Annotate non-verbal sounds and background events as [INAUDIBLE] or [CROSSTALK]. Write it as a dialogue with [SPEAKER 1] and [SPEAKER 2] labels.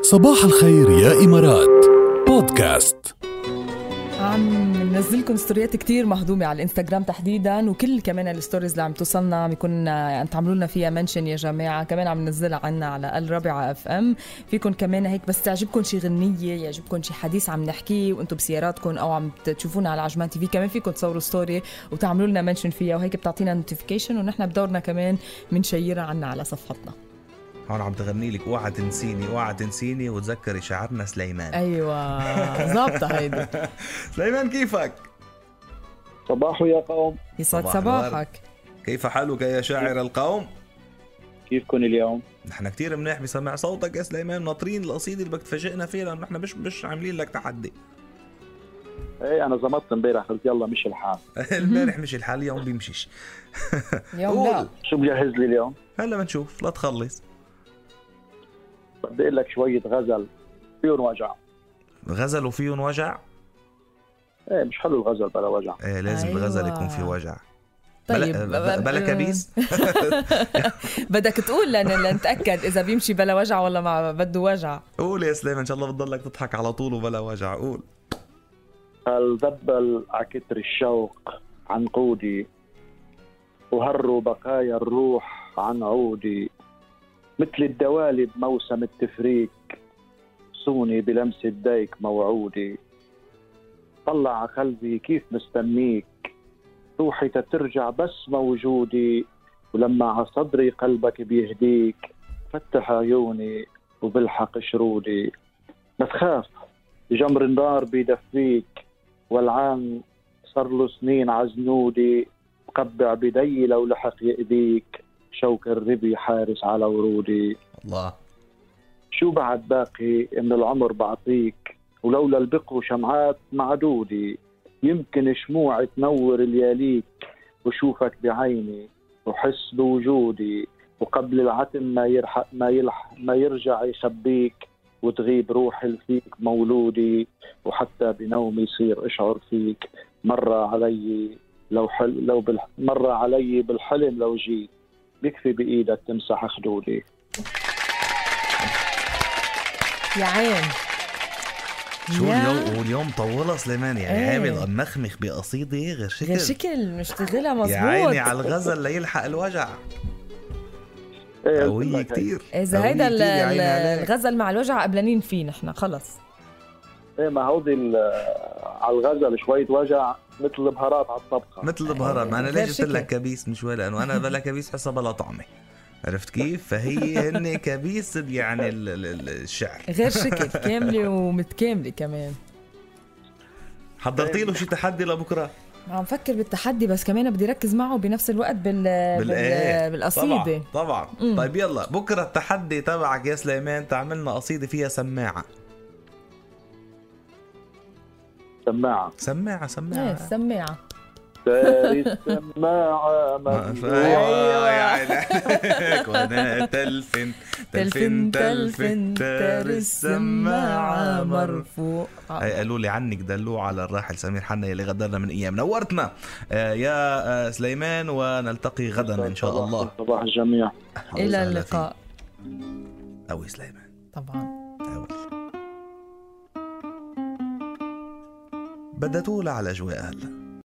[SPEAKER 1] صباح الخير يا إمارات بودكاست
[SPEAKER 2] عم ننزلكم ستوريات كتير مهضومه على الانستغرام تحديدا وكل كمان الستوريز اللي عم توصلنا عم يكون عم تعملوا لنا فيها منشن يا جماعه كمان عم ننزلها عنا على الرابعه اف ام فيكم كمان هيك بس تعجبكم شي غنيه يعجبكم شي حديث عم نحكيه وانتم بسياراتكم او عم تشوفونا على عجمان تي في كمان فيكم تصوروا ستوري وتعملوا لنا منشن فيها وهيك بتعطينا نوتيفيكيشن ونحن بدورنا كمان بنشيرها عنا على صفحتنا
[SPEAKER 3] هون عم تغني لك اوعى تنسيني اوعى تنسيني وتذكري شعرنا
[SPEAKER 2] أه. [LAUGHS]
[SPEAKER 3] سليمان
[SPEAKER 2] ايوه ظابطه هيدي
[SPEAKER 3] سليمان كيفك
[SPEAKER 4] صباحو يا قوم
[SPEAKER 2] يسعد
[SPEAKER 3] صباح الورد.
[SPEAKER 2] صباحك
[SPEAKER 3] كيف حالك يا شاعر القوم
[SPEAKER 4] كيفكم اليوم؟
[SPEAKER 3] نحن كتير منيح بسمع صوتك يا سليمان ناطرين القصيده اللي بدك تفاجئنا فيها لانه نحن مش مش عاملين لك
[SPEAKER 2] [LAUGHS]
[SPEAKER 3] تحدي [LAUGHS]
[SPEAKER 4] ايه انا زمطت امبارح قلت يلا مش الحال
[SPEAKER 3] امبارح مشي الحال اليوم بيمشيش
[SPEAKER 2] اليوم لا
[SPEAKER 3] قول.
[SPEAKER 4] شو مجهز لي اليوم؟
[SPEAKER 3] هلا بنشوف لا تخلص
[SPEAKER 4] بدي اقول لك شوية غزل فيهم وجع
[SPEAKER 3] غزل وفيهم وجع
[SPEAKER 4] ايه مش حلو الغزل بلا وجع
[SPEAKER 3] ايه لازم
[SPEAKER 2] أيوة.
[SPEAKER 3] أيوة. الغزل يكون فيه وجع
[SPEAKER 2] طيب
[SPEAKER 3] بلا, بلا كبيس
[SPEAKER 2] بدك تقول لن- لنتاكد اذا بيمشي بلا وجع ولا مع بده وجع
[SPEAKER 3] قول يا سليمان ان شاء الله بتضلك تضحك على طول وبلا وجع قول
[SPEAKER 4] هل ذبل عكتر الشوق عنقودي وهروا بقايا الروح عن عودي مثل الدوالي بموسم التفريك صوني بلمس الديك موعودي طلع على قلبي كيف مستنيك روحي تترجع بس موجودي ولما على صدري قلبك بيهديك فتح عيوني وبلحق شرودي ما تخاف جمر النار بيدفيك والعام صار له سنين عزنودي مقبع بدي لو لحق يأذيك شوك الربي حارس على ورودي
[SPEAKER 3] الله
[SPEAKER 4] شو بعد باقي من العمر بعطيك ولولا البقو شمعات معدودي يمكن شموع تنور لياليك وشوفك بعيني وحس بوجودي وقبل العتم ما يرحق ما يلح ما يرجع يخبيك وتغيب روحي فيك مولودي وحتى بنومي يصير اشعر فيك مر علي لو حل لو بال مر علي بالحلم لو جيت بيكفي بايدك تمسح خدودي
[SPEAKER 2] يا عين
[SPEAKER 3] شو
[SPEAKER 2] يا.
[SPEAKER 3] اليوم واليوم طولها سليمان يعني
[SPEAKER 2] إيه.
[SPEAKER 3] عامل مخمخ بقصيده غير شكل
[SPEAKER 2] غير شكل مشتغلها مزبوط
[SPEAKER 3] يا عيني على الغزل ليلحق الوجع
[SPEAKER 4] إيه، قلت
[SPEAKER 3] قوية
[SPEAKER 4] لك هي.
[SPEAKER 3] كتير
[SPEAKER 2] اذا
[SPEAKER 3] قوية
[SPEAKER 2] هيدا ال-
[SPEAKER 3] كتير يا
[SPEAKER 2] ال-
[SPEAKER 3] عيني عليك.
[SPEAKER 2] الغزل مع الوجع قبلانين فيه نحن خلص
[SPEAKER 4] ايه ما هودي ال- على الغزل شوية وجع مثل البهارات على الطبخة
[SPEAKER 3] مثل البهارات ما انا
[SPEAKER 2] غير
[SPEAKER 3] ليش قلت لك
[SPEAKER 2] شكل.
[SPEAKER 3] كبيس مش ولا لانه انا بلا كبيس حسها بلا طعمه عرفت كيف؟ فهي
[SPEAKER 2] [LAUGHS]
[SPEAKER 3] هن كبيس يعني ال- ال- ال- الشعر
[SPEAKER 2] غير شكل كامله ومتكامله كمان
[SPEAKER 3] حضرتي له شي تحدي لبكره
[SPEAKER 2] عم فكر بالتحدي بس كمان بدي ركز معه بنفس الوقت بال, بال...
[SPEAKER 3] بالإيه.
[SPEAKER 2] بالقصيده
[SPEAKER 3] طبعا طبعا
[SPEAKER 2] مم.
[SPEAKER 3] طيب يلا بكره التحدي تبعك يا سليمان تعملنا قصيده فيها سماعه [LAUGHS]
[SPEAKER 4] سماعة
[SPEAKER 3] سماعه
[SPEAKER 2] ايه
[SPEAKER 3] سماعه
[SPEAKER 2] السماعه
[SPEAKER 4] داري
[SPEAKER 3] [LAUGHS] أيوة.
[SPEAKER 4] السماعة ممنوع
[SPEAKER 3] ايوه يا عيني [LAUGHS] عليك وانا يعني. تلفن تلفن تلفن تار السماعه مرفوع هي قالوا لي عنك دلوه على الراحل سمير حنا يلي غدرنا من ايام نورتنا آه، يا آه، سليمان ونلتقي غدا ان شاء الله
[SPEAKER 4] صباح الجميع
[SPEAKER 2] الى اللقاء
[SPEAKER 3] قوي سليمان
[SPEAKER 2] طبعا
[SPEAKER 3] قوي بدها تولع على اجواء هلا